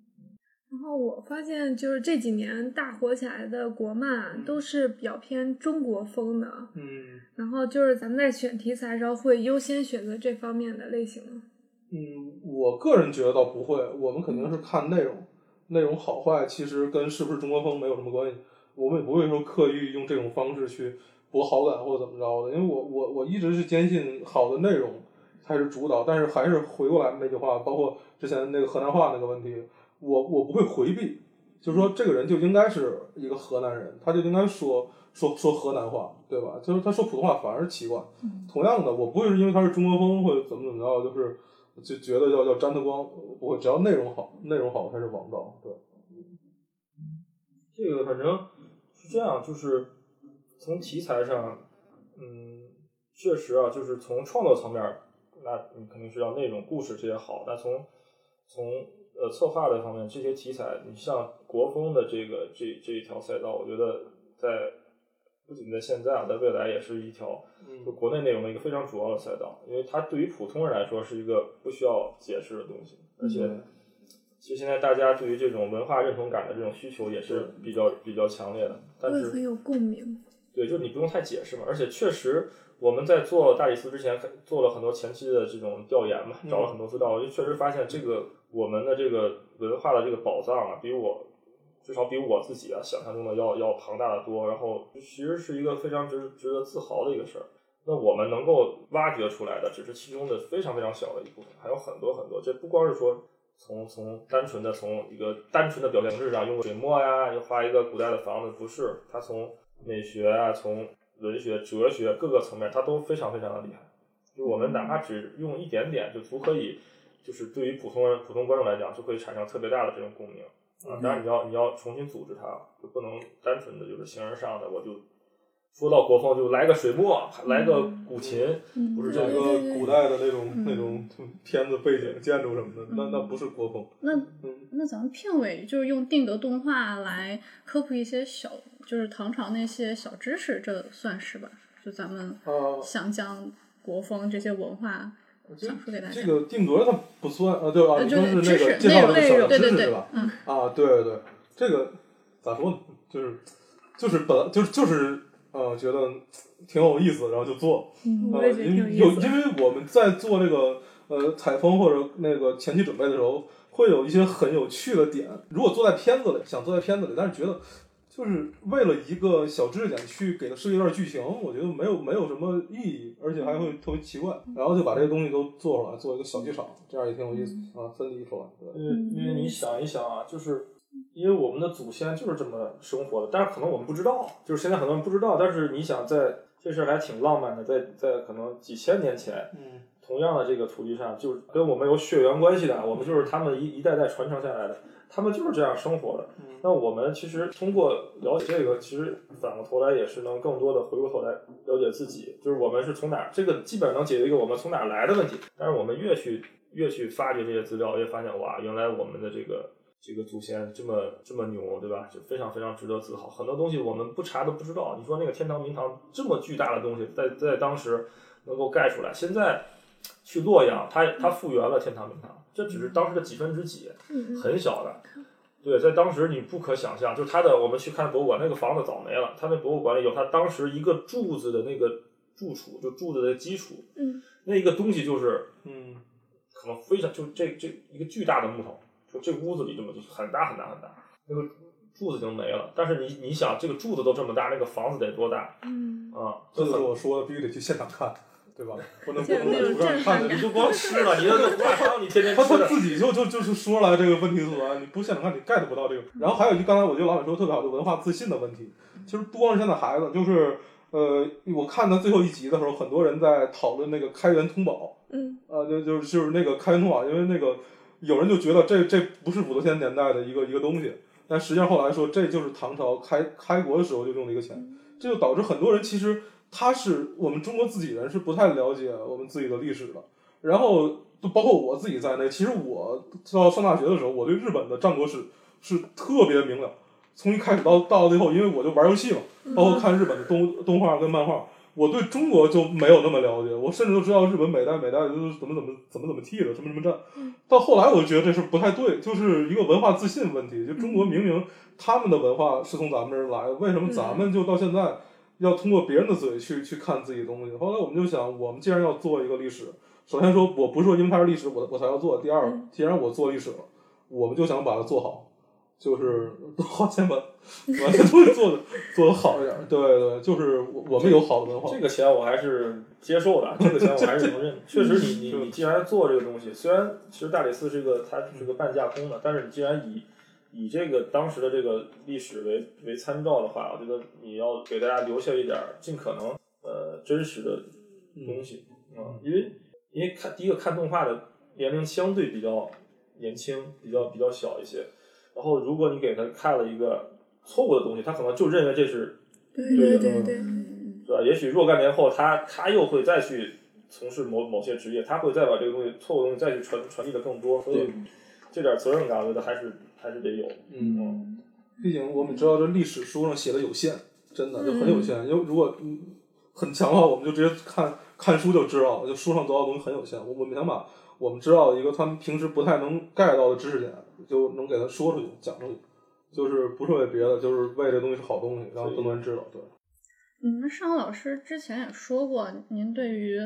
Speaker 6: 然后我发现，就是这几年大火起来的国漫
Speaker 3: 嗯
Speaker 6: 都是比较偏中国风的，
Speaker 4: 嗯
Speaker 6: 然后就是咱们在选题材的时候会优先选择这方面的类型吗。
Speaker 4: 嗯，我个人觉得倒不会，我们肯定是看内容，内容好坏其实跟是不是中国风没有什么关系，我们也不会说刻意用这种方式去博好感或者怎么着的，因为我我我一直是坚信好的内容才是主导，但是还是回过来那句话，包括之前那个河南话那个问题，我我不会回避，就是说这个人就应该是一个河南人，他就应该说说说河南话，对吧？就是他说普通话反而奇怪。同样的，我不会是因为他是中国风或者怎么怎么着，就是就觉得要要沾的光，不会，只要内容好，内容好才是王道。对，
Speaker 5: 这个反正是这样，就是从题材上，嗯，确实啊，就是从创作层面儿，那你肯定是要内容、故事这些好。那从从呃策划的方面，这些题材，你像国风的这个这这一条赛道，我觉得在不仅在现在啊，在未来也是一条就国内内容的一个非常主要的赛道，因为它对于普通人来说是一个不需要解释的东西，而且
Speaker 4: 嗯
Speaker 5: 其实现在大家对于这种文化认同感的这种需求也是比较比较强烈的，但
Speaker 6: 会很
Speaker 5: 是
Speaker 6: 有共鸣。
Speaker 5: 对，就是你不用太解释嘛，而且确实我们在做大理寺之前做了很多前期的这种调研嘛，找了很多资料，我就确实发现这个我们的这个文化的这个宝藏啊，比我至少比我自己啊想象中的要要庞大的多，然后其实是一个非常值值得自豪的一个事儿。那我们能够挖掘出来的，只是其中的非常非常小的一部分，还有很多很多。这不光是说从从单纯的从一个单纯的表现形式上用水墨呀，又画一个古代的房子，不是，它从美学啊，从文学、哲学各个层面，它都非常非常的厉害。就我们哪怕只用一点点，就足可以，就是对于普通人、普通观众来讲，就可以产生特别大的这种共鸣
Speaker 6: 嗯
Speaker 5: 啊。当然，你要你要重新组织它，就不能单纯的就是形而上的，我就说到国风就来个水墨，来个古琴，
Speaker 6: 嗯，
Speaker 5: 不是这
Speaker 4: 有
Speaker 5: 个
Speaker 4: 一
Speaker 6: 对
Speaker 4: 个古代的那种
Speaker 3: 嗯
Speaker 4: 那种片子背景、建筑什么的，那
Speaker 3: 嗯
Speaker 4: 那不是国风。
Speaker 3: 那
Speaker 4: 嗯
Speaker 3: 那咱们片尾就是用定格动画来科普一些小，就是唐朝那些小知识，这算是吧？就咱们
Speaker 4: 啊，
Speaker 3: 想将国风这些文化
Speaker 4: 这
Speaker 3: 讲述给大家
Speaker 4: 这。个定格它不算啊，对啊，
Speaker 3: 呃，
Speaker 4: 你
Speaker 3: 就
Speaker 4: 说
Speaker 3: 是
Speaker 4: 那
Speaker 3: 知
Speaker 4: 个
Speaker 3: 识
Speaker 4: 介
Speaker 3: 内
Speaker 4: 绍
Speaker 3: 容，
Speaker 4: 的小
Speaker 3: 对
Speaker 4: 知
Speaker 3: 对
Speaker 4: 识
Speaker 3: 对
Speaker 4: 是吧？，
Speaker 3: 嗯，
Speaker 4: 啊，对对对，这个咋说呢？就是就是本来就是就是呃，觉得挺有意思，然后就做。
Speaker 3: 嗯
Speaker 6: 我
Speaker 4: 呃，
Speaker 6: 也觉得
Speaker 4: 因
Speaker 6: 挺有
Speaker 4: 为
Speaker 6: 意
Speaker 4: 有
Speaker 6: 思
Speaker 4: 因为我们在做这个呃采风或者那个前期准备的时候，会有一些很有趣的点。如果坐在片子里，想坐在片子里，但是觉得。就是为了一个小知识点去给它设计一段剧情，我觉得没有没有什么意义，而且还会特别奇怪，然后就把这些东西都做出来，做一个小剧场，这样也挺有意思啊，分离出来。对
Speaker 5: 嗯，因为你想一想啊，就是因为我们的祖先就是这么生活的，但是可能我们不知道，就是现在很多人不知道。但是你想在，这事儿还挺浪漫的，在在可能几千年前，
Speaker 4: 嗯
Speaker 5: 同样的这个土地上，就是跟我们有血缘关系的，我们就是他们一一代代传承下来的，他们就是这样生活的。那我们其实通过了解这个，其实反过头来也是能更多的回过头来了解自己，就是我们是从哪儿，这个基本上能解决一个我们从哪儿来的问题。但是我们越去越去发掘这些资料，越发现哇，原来我们的这个这个祖先这么这么牛，对吧？就非常非常值得自豪。很多东西我们不查都不知道。你说那个天堂明堂这么巨大的东西，在在当时能够盖出来，现在去洛阳，它它复原了天堂明堂，这只是当时的几分之几。
Speaker 6: 嗯
Speaker 5: 很小的。对，在当时你不可想象，就是他的，我们去看博物馆，那个房子早没了。他那博物馆里有他当时一个柱子的那个柱础，就柱子的基础，
Speaker 6: 嗯
Speaker 5: 那一个东西就是
Speaker 4: 嗯
Speaker 5: 可能非常，就这这一个巨大的木头，就这屋子里这么就是很大很大很大，那个柱子已经没了。但是你你想，这个柱子都这么大，那个房子得多大
Speaker 6: 嗯，
Speaker 5: 啊？
Speaker 4: 这
Speaker 5: 就
Speaker 4: 就是
Speaker 5: 很
Speaker 4: 我说的，必须得去现场看，对吧？不能不
Speaker 6: 就有
Speaker 4: 能
Speaker 6: 那
Speaker 4: 在
Speaker 6: 种
Speaker 4: 图上看
Speaker 6: 震撼
Speaker 4: 的。
Speaker 6: 感
Speaker 5: 你就光吃了，你那个胡辣汤你天天
Speaker 4: 他
Speaker 5: 吃
Speaker 4: 他
Speaker 5: 的，
Speaker 4: 自己就就就是说了这个问题所在，你不现场看你 get 不到这个。然后还有一个，刚才我觉得老板说得特别好，就文化自信的问题。其实不光是现在孩子，就是呃，我看他最后一集的时候，很多人在讨论那个开源通宝，
Speaker 6: 嗯，
Speaker 4: 呃，就就是就是那个开源通宝，因为那个有人就觉得这这不是五六千年代的一个一个东西，但实际上后来说这就是唐朝开开国的时候就用的一个钱，这就导致很多人其实他是我们中国自己人是不太了解我们自己的历史的，然后就包括我自己在内，其实我到上大学的时候，我对日本的战国史是特别明了，从一开始到到最后，因为我就玩游戏嘛，包括看日本的动动画跟漫画，我对中国就没有那么了解，我甚至都知道日本每代每代都是怎么怎么怎么怎么替的，什么什么战。到后来我就觉得这是不太对，就是一个文化自信问题。就中国明明他们的文化是从咱们这儿来的，为什么咱们就到现在要通过别人的嘴去去看自己的东西？后来我们就想，我们既然要做一个历史，首先说我不是说因为它是历史我我才要做，第二，既然我做历史了，我们就想把它做好。就是 花钱把把这东西做的做的好一点儿，对对，就是我我们有好的文化，
Speaker 5: 这个钱我还是接受的，这个钱我还是承认的。确实你，你你既然做这个东西，虽然其实大理寺是个它是个半架空的，但是你既然以以这个当时的这个历史为为参照的话，我觉得你要给大家留下一点儿尽可能呃真实的东西啊、嗯因为因为看第一个看动画的年龄相对比较年轻，比较比较小一些。然后如果你给他看了一个错误的东西，他可能就认为这是
Speaker 6: 对
Speaker 5: 对对
Speaker 4: 嗯
Speaker 6: 对对
Speaker 5: 对
Speaker 6: 对，嗯
Speaker 5: 对吧？也许若干年后，他他又会再去从事某某些职业，他会再把这个东西错误的东西再去传传递的更多，所以这点责任感，我觉得还是还是得有。
Speaker 4: 嗯，毕竟我们知道这历史书上写的有限，真的就很有限。因为如果嗯很强的话，我们就直接看看书就知道了，就书上得到的东西很有限。我我们想把我们知道的一个他们平时不太能 get 到的知识点，就能给他说出去、讲出去，就是不是为别的，就是为这东西是好东西，让更多人知道。对，
Speaker 3: 嗯，尚老师之前也说过，您对于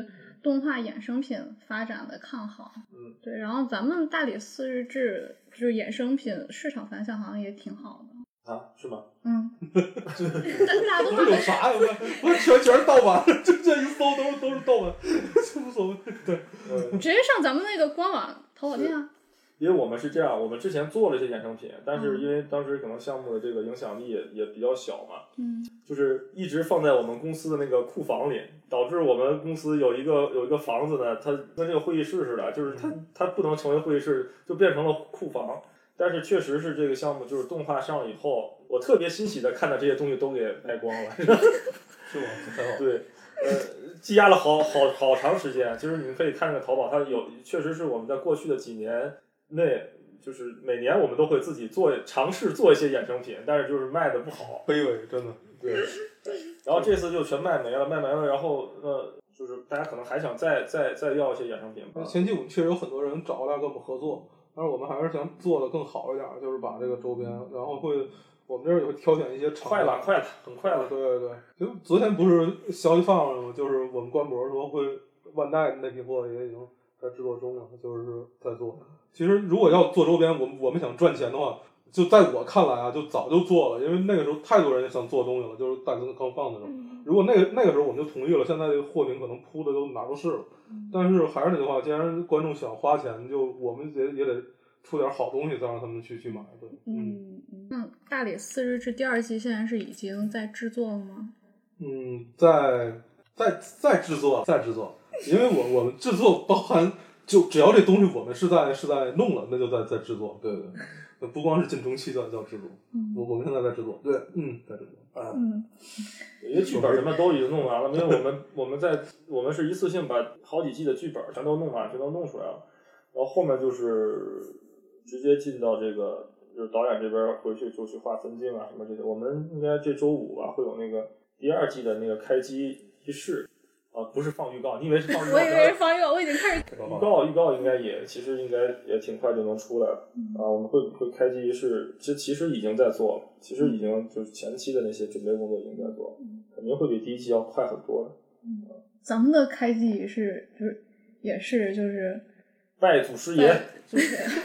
Speaker 3: 动画衍生品发展的看好。
Speaker 5: 嗯，
Speaker 3: 对。然后咱们大理寺日志就是衍生品市场反响好像也挺好的。
Speaker 5: 啊，是吗？
Speaker 3: 嗯，但大家都
Speaker 4: 不是有啥呀？不是全全是盗版， 就这一搜都是都是盗版， 这无所谓。对，
Speaker 5: 嗯，
Speaker 3: 直接上咱们那个官网淘宝店啊。
Speaker 5: 因为我们是这样，我们之前做了一些衍生品，但是因为当时可能项目的这个影响力也也比较小嘛，
Speaker 3: 嗯，
Speaker 5: 就是一直放在我们公司的那个库房里，导致我们公司有一个有一个房子呢，它跟这个会议室似的，就是它它不能成为会议室，就变成了库房。但是确实是这个项目，就是动画上了以后，我特别欣喜的看到这些东西都给卖光了。
Speaker 4: 是吗？很好。
Speaker 5: 对，呃，积压了好好好长时间。啊其实你们可以看那个淘宝，它有确实是我们在过去的几年内，就是每年我们都会自己做尝试做一些衍生品，但是就是卖的不好。
Speaker 4: 卑微，真的。
Speaker 5: 对，然后这次就全卖没了，卖没了。然后呃，就是大家可能还想再再再要一些衍生品吧。
Speaker 4: 前期我们确实有很多人找过来跟我们合作，但是我们还是想做的更好一点，就是把这个周边，然后会我们这儿也会挑选一些
Speaker 5: 嗯
Speaker 4: 厂
Speaker 5: 快
Speaker 4: 家
Speaker 5: 了，快了，很快了。
Speaker 4: 对对对，就昨天不是消息放了吗？就是我们官博说会万代那批货也已经在制作中了，就是在做。其实如果要做周边，我们我们想赚钱的话，就在我看来啊，就早就做了，因为那个时候太多人想做东西了，就是大哥刚放的时候。如果那个那个时候我们就同意了，现在这个货品可能铺的都哪都是了。但是还是那句话，既然观众想花钱，就我们也也得出点好东西，再让他们去去买。对，嗯
Speaker 3: 那《大理寺日志》第二季现在是已经在制作了吗？
Speaker 4: 嗯，在在在制作，在制作，因为我我们制作包含就只要这东西我们是在是在弄了，那就在在制作，对对对，不光是进中期的叫制作，我我们现在在制作，对，嗯，在制作，啊，
Speaker 3: 嗯，
Speaker 5: 因为剧本什么都已经弄完了，因为我们我们在我们是一次性把好几季的剧本全都弄完，全都弄出来了，然后后面就是直接进到这个就是导演这边回去就去画分镜啊什么这些。我们应该这周五吧会有那个第二季的那个开机仪式啊，不是放预告，你以为是放预告？
Speaker 3: 我以为是方佑，我已经开始
Speaker 5: 预告预告应该也其实应该也挺快就能出来了啊，我们会会开机仪式，其实其实已经在做了，其实已经就是前期的那些准备工作已经在做了，肯定会比第一期要快很多的。
Speaker 3: 咱们的开机也是，就是也是就是
Speaker 5: 拜祖师爷，
Speaker 3: 就是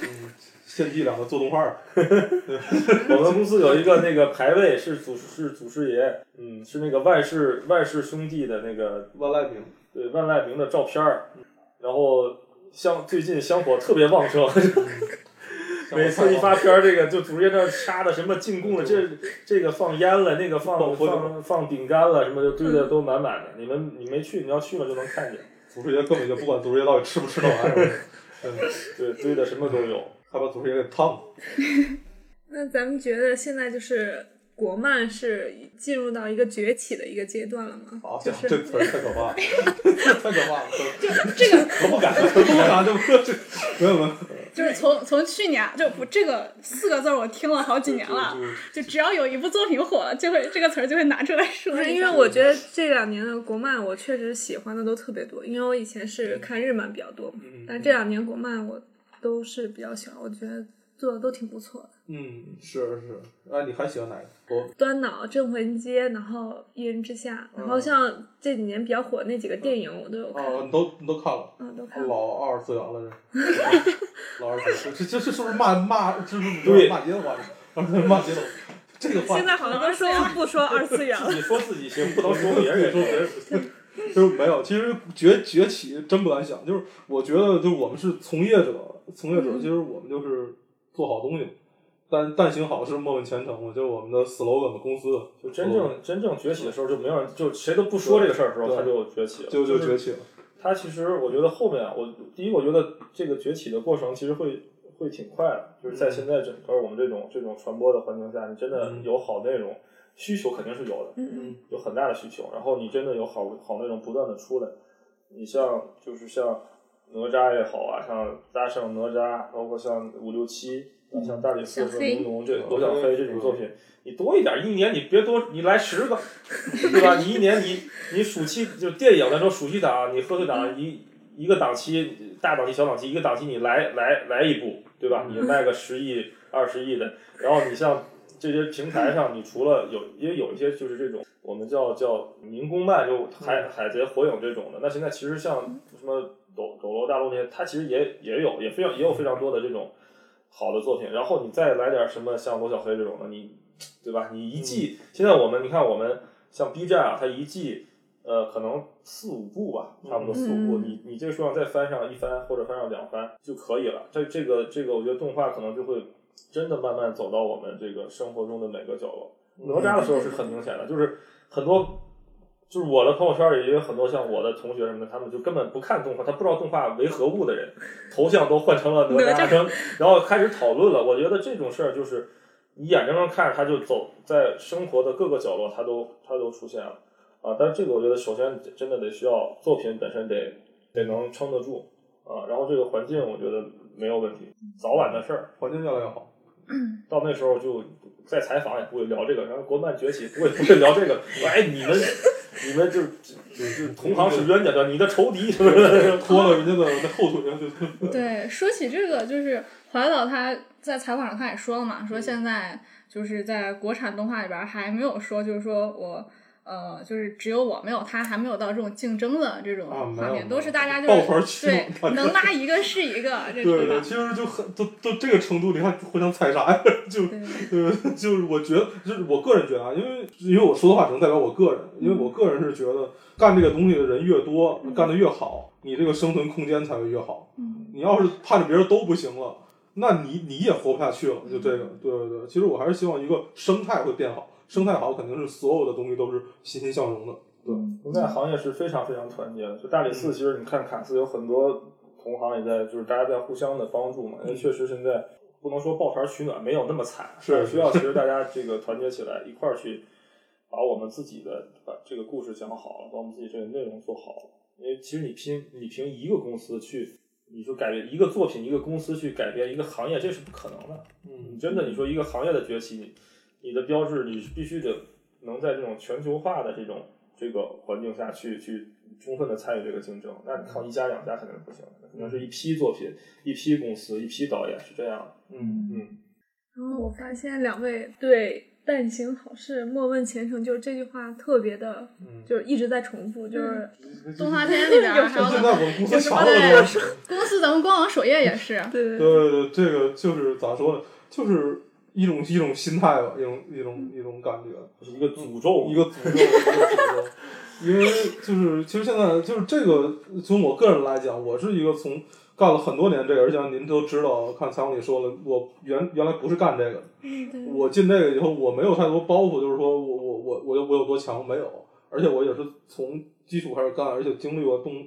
Speaker 4: 献祭两个做动画儿，
Speaker 5: 我们公司有一个那个牌位是祖是祖师爷，嗯，是那个万氏万氏兄弟的那个
Speaker 4: 万籁鸣，
Speaker 5: 对万籁鸣的照片儿，然后香最近香火特别旺 盛，每次一发片儿，这个就主页那杀的什么进贡了，这这个放烟了，那个放嗯
Speaker 4: 放火酒
Speaker 5: 放放饼干了，什么就堆的都满满的。你们你没去，你要去了就能看见，
Speaker 4: 祖师爷根本就不管祖师爷到底吃不吃那 玩意儿，
Speaker 5: 对，堆的什么都有。
Speaker 4: 还把祖师爷给烫了。
Speaker 6: 那咱们觉得现在就是国漫是进入到一个崛起的一个阶段了吗？
Speaker 4: 好
Speaker 6: 就
Speaker 4: 家伙，
Speaker 6: 是
Speaker 4: 这词儿太 可怕了，太可怕了，
Speaker 3: 这个
Speaker 4: 可不敢，可不敢，这不这没有没有，
Speaker 3: 就是从从去年就不这个四个字儿我听了好几年了，就只要有一部作品火了，就会这个词儿就会拿出来说
Speaker 6: 不是
Speaker 3: 一
Speaker 6: 因
Speaker 3: 下。
Speaker 6: 为我觉得这两年的国漫，我确实喜欢的都特别多，因为我以前是看日漫比较多嘛，
Speaker 4: 嗯
Speaker 6: 但这两年国漫我都是比较喜欢，我觉得做的都挺不错的。
Speaker 4: 嗯，是是，哎，你还喜欢哪个？我
Speaker 6: 端脑、镇魂街，然后一人之下，
Speaker 4: 嗯
Speaker 6: 然后像这几年比较火的那几个电影，我都有看，
Speaker 4: 哦，你都你都看了。
Speaker 6: 嗯，都看了。
Speaker 4: 老二次元了这， 老二次元，这这这是不是骂骂这是不
Speaker 5: 对
Speaker 4: 是骂街的话？二次元骂街的话，这个话
Speaker 6: 现在好像都说不说二次元 了
Speaker 5: 自，己说自己行，不能说别人。
Speaker 4: 说别人，就是没有。其实崛崛起真不敢想，就是我觉得就是我们是从业者，从业
Speaker 6: 嗯
Speaker 4: 者其实我们就是做好东西，但但行好事，莫问前程嘛，就是我们的 slogan 嘛，公司的
Speaker 5: 就真正真正崛起的时候，就没有人，就谁都不说这个事儿的时候，
Speaker 4: 对
Speaker 5: 他就崛起了，
Speaker 4: 就就
Speaker 5: 就
Speaker 4: 崛
Speaker 5: 是
Speaker 4: 起了。
Speaker 5: 它其实我觉得后面啊，我第一我觉得这个崛起的过程其实会会挺快的，就是在现在整个我们这种这种传播的环境下，你真的
Speaker 4: 嗯
Speaker 5: 有好内容，需求肯定是有的，
Speaker 6: 嗯
Speaker 4: 嗯
Speaker 5: 有很大的需求，然后你真的有好好内容不断的出来，你像就是像哪吒也好啊，像搭上哪吒，包括像五六七。像大力士
Speaker 3: 小
Speaker 5: 和
Speaker 3: 黑
Speaker 5: 玲珑这
Speaker 4: 小
Speaker 5: 罗小
Speaker 4: 黑
Speaker 5: 黑这种作品，你多一点，一年你别多，你来十个， 对吧？你一年你你暑期就电影来说，暑期档你贺岁档一一个档期，大档期小档期，一个档期你来来来一部，对吧？你卖个十亿二十亿的，然后你像这些平台上，你除了有，因为有一些就是这种我们叫叫民工漫，就海海贼火影这种的，那现在其实像什么斗斗罗大陆那些，它其实也也有也非常也有非常多的这种好的作品，然后你再来点什么像罗小黑这种的，你对吧？你一季，现在我们你看我们像 B 站啊，它一季呃可能四五部吧，差不多四五部，
Speaker 6: 嗯
Speaker 5: 你你这个数量再翻上一翻或者翻上两翻就可以了。这这个这个，我觉得动画可能就会真的慢慢走到我们这个生活中的每个角落。哪
Speaker 4: 嗯
Speaker 5: 吒的时候是很明显的，就是很多。就是我的朋友圈里也有很多像我的同学什么的，他们就根本不看动画，他不知道动画为何物的人，头像都换成了哪
Speaker 6: 哪
Speaker 5: 吒，
Speaker 6: 吒
Speaker 5: 成然后开始讨论了。我觉得这种事儿就是你眼睁睁看着它就走在生活的各个角落，它都它都出现了啊。但是这个我觉得首先真的得需要作品本身得得能撑得住啊，然后这个环境我觉得没有问题，早晚的事儿。
Speaker 4: 环境越来越好。
Speaker 5: 到那时候就再采访也不会聊这个，然后国漫崛起不会不会聊这个。 哎，你们你们就就就同行是冤家的，你的仇敌什么 的。
Speaker 4: 拖了人家的那后腿上就
Speaker 3: 对，说起这个，就是怀老他在采访上他也说了嘛，说现在就是在国产动画里边儿还没有说，就是说我。呃，就是只有我没有他，还没有到这种竞争的这种
Speaker 4: 啊没
Speaker 3: 画
Speaker 4: 有
Speaker 3: 面，
Speaker 4: 没
Speaker 3: 都
Speaker 4: 有
Speaker 3: 是大家就
Speaker 4: 抱团
Speaker 3: 是
Speaker 4: 取暖
Speaker 3: 对
Speaker 4: 大家
Speaker 3: 能拉一个是一个，这
Speaker 4: 对
Speaker 3: 种
Speaker 4: 对，
Speaker 3: 的。
Speaker 4: 其实就很都都这个程度，你还互相踩啥呀？ 就对，就是我觉得，就是我个人觉得啊，因为因为我说的话只能代表我个人，因为我个人是觉得干这个东西的人越多，干的越好，你这个生存空间才会越好。
Speaker 3: 嗯，
Speaker 4: 你要是盼着别人都不行了，那你你也活不下去了。就这个，对对对，其实我还是希望一个生态会变好，生态好肯定是所有的东西都是欣欣向荣的。嗯
Speaker 5: 我们在行业是非常非常团结的，就大理寺，其实你看卡斯有很多同行也在，就是大家在互相的帮助嘛。因为确实现在不能说抱团取暖，没有那么惨，
Speaker 4: 嗯是
Speaker 5: 但需要其实大家这个团结起来一块儿去把我们自己的把这个故事讲好了，把我们自己这个内容做好了。因为其实你拼你凭一个公司去，你说改变一个作品一个公司去改变一个行业，这是不可能的。你
Speaker 4: 嗯
Speaker 5: 真的，你说一个行业的崛起，你你的标志，你是必须得能在这种全球化的这种这个环境下去去充分的参与这个竞争。那你靠一家两家肯定是不行的，可能是一批作品、一批公司、一批导演是这样的。
Speaker 4: 嗯
Speaker 5: 嗯，
Speaker 6: 然后我发现两位对“但行好事，莫问前程”就是这句话特别的，
Speaker 4: 嗯，
Speaker 6: 就是一直在重复，就是
Speaker 3: 动画片里边儿还有
Speaker 4: 现在我们公司啥
Speaker 3: 对
Speaker 4: 都
Speaker 3: 公司咱们官网首页也是，
Speaker 6: 对对
Speaker 4: 对对，对，这个就是咋说呢，就是一种一种心态吧，一种一种一种感觉，
Speaker 5: 是一个诅咒，
Speaker 4: 一个诅咒，一个诅咒。因为就是其实现在就是这个，从我个人来讲，我是一个从干了很多年这个，而且您都知道，看采访里说了，我原原来不是干这个的，
Speaker 6: 对，
Speaker 4: 我进这个以后，我没有太多包袱，就是说我我我我有我有多强没有，而且我也是从基础开始干，而且经历过动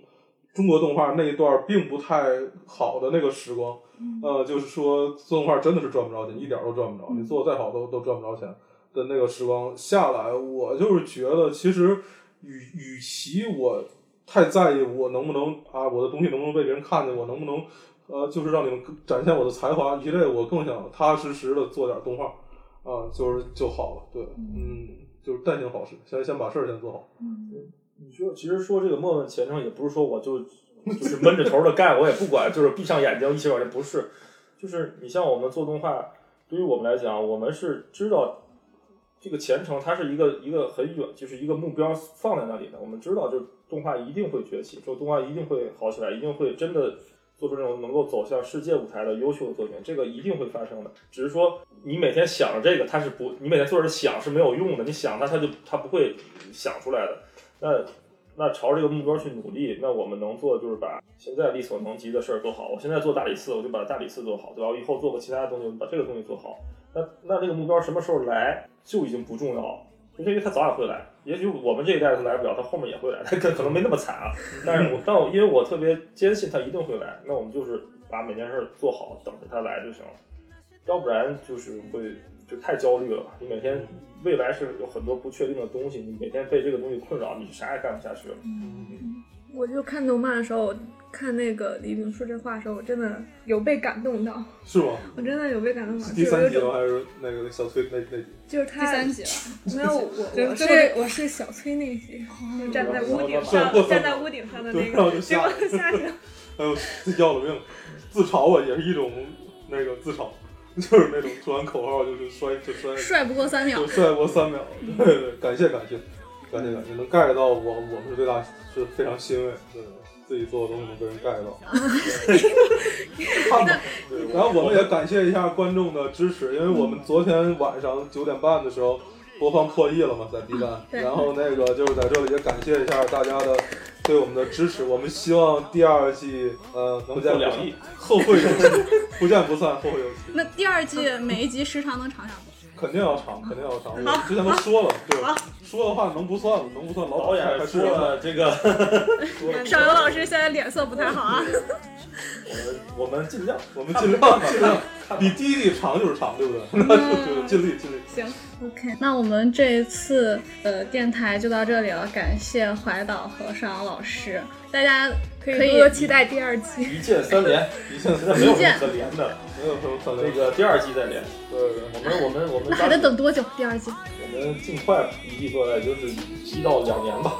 Speaker 4: 中国动画那一段并不太好的那个时光，呃，就是说做动画真的是赚不着钱，一点儿都赚不着，你做的再好都都赚不着钱的那个时光下来，我就是觉得其实与与其我太在意我能不能啊我的东西能不能被别人看见，我能不能。呃，就是让你们展现我的才华，以类我更想踏踏实实的做点动画。啊，就是就好了，对，嗯，就是但行好事，先先把事儿先做好，
Speaker 5: 你说，其实说这个莫问前程，也不是说我就就是闷着头的干，我也不管，就是闭上眼睛一起往前，不是，就是你像我们做动画，对于我们来讲，我们是知道这个前程，它是一个一个很远，就是一个目标放在那里的，我们知道，就是动画一定会崛起，就动画一定会好起来，一定会真的。做出那种能够走向世界舞台的优秀的作品，这个一定会发生的。只是说你每天想着这个，它是不，你每天坐着想是没有用的，你想它，它就它不会想出来的。那那朝着这个目标去努力，那我们能做的就是把现在力所能及的事儿做好。我现在做大理寺，我就把大理寺做好，对吧？我以后做个其他的东西，我就把这个东西做好。那那这个目标什么时候来就已经不重要了，因为他早晚会来，也许我们这一代他来不了，他后面也会来，他可可能没那么惨啊。但是我，但我因为我特别坚信他一定会来，那我们就是把每件事儿做好，等着他来就行了。要不然就是会就太焦虑了吧？你每天未来是有很多不确定的东西，你每天被这个东西困扰，你啥也干不下去了。
Speaker 6: 我就看动漫的时候，我看那个李炳书这话的时候，我真的有被感动到，
Speaker 4: 是吗？
Speaker 6: 我真的有被感动到，
Speaker 4: 是
Speaker 6: 就
Speaker 4: 第
Speaker 6: 是有
Speaker 4: 三
Speaker 6: 一
Speaker 4: 集吗？
Speaker 6: 种
Speaker 4: 还是那个小崔那那集？
Speaker 6: 就是他
Speaker 3: 第三集了，
Speaker 6: 没有我，
Speaker 3: 对
Speaker 6: 我是
Speaker 3: 最
Speaker 6: 我是小崔那集，就站在
Speaker 5: 我
Speaker 6: 屋顶
Speaker 5: 我
Speaker 6: 上
Speaker 4: 我，
Speaker 6: 站在屋顶上的那
Speaker 4: 对让我
Speaker 6: 个，
Speaker 4: 就
Speaker 6: 结
Speaker 4: 吓
Speaker 6: 果
Speaker 4: 了
Speaker 6: 吓死了。
Speaker 4: 哎呦，自己要了命，自嘲啊，也是一种那个自嘲， 就是那种说完口号就是摔就摔，
Speaker 3: 帅不过三秒嗯
Speaker 4: 就。摔过三秒。对对，感谢感谢，感谢感谢，能 get 到我，我们是最大是非常欣慰，对，自己做的东西能被人 get 到。
Speaker 3: 啊
Speaker 4: 看吧，对然后我们也感谢一下观众的支持，因为我
Speaker 3: 嗯
Speaker 4: 们昨天晚上九点半的时候。播放破亿了嘛，在 B 站，
Speaker 3: 啊对
Speaker 4: 然后那个就是在这里也感谢一下大家的对我们的支持，我们希望第二季呃能
Speaker 5: 破
Speaker 4: 见
Speaker 5: 两亿，
Speaker 4: 后会有期，不见不散，后会有期。
Speaker 3: 那第二季每一集时长能长点吗？
Speaker 4: 肯定要长，肯定要长。我之前都说了，对，说的话能不算吗？能不算老
Speaker 5: 导演
Speaker 4: 还是
Speaker 5: 说了这个，
Speaker 6: 小游老师现在脸色不太好啊，
Speaker 5: 我们我们尽量。
Speaker 4: 我们 尽量尽量比第一季长就是长，对 不对？那就对，尽力尽力。
Speaker 3: OK，那我们这一次呃电台就到这里了，感谢怀岛和尚老师，大家可
Speaker 6: 可以多多期待第二季。
Speaker 5: 一键三连，一键现在没有什么可连的，
Speaker 4: 没有什么可能
Speaker 5: 那，个第二季再连。
Speaker 4: 对对
Speaker 5: 我们我们我们
Speaker 3: 那还得，等多久？第二季？
Speaker 5: 我们尽快一季做来就是一到两年吧。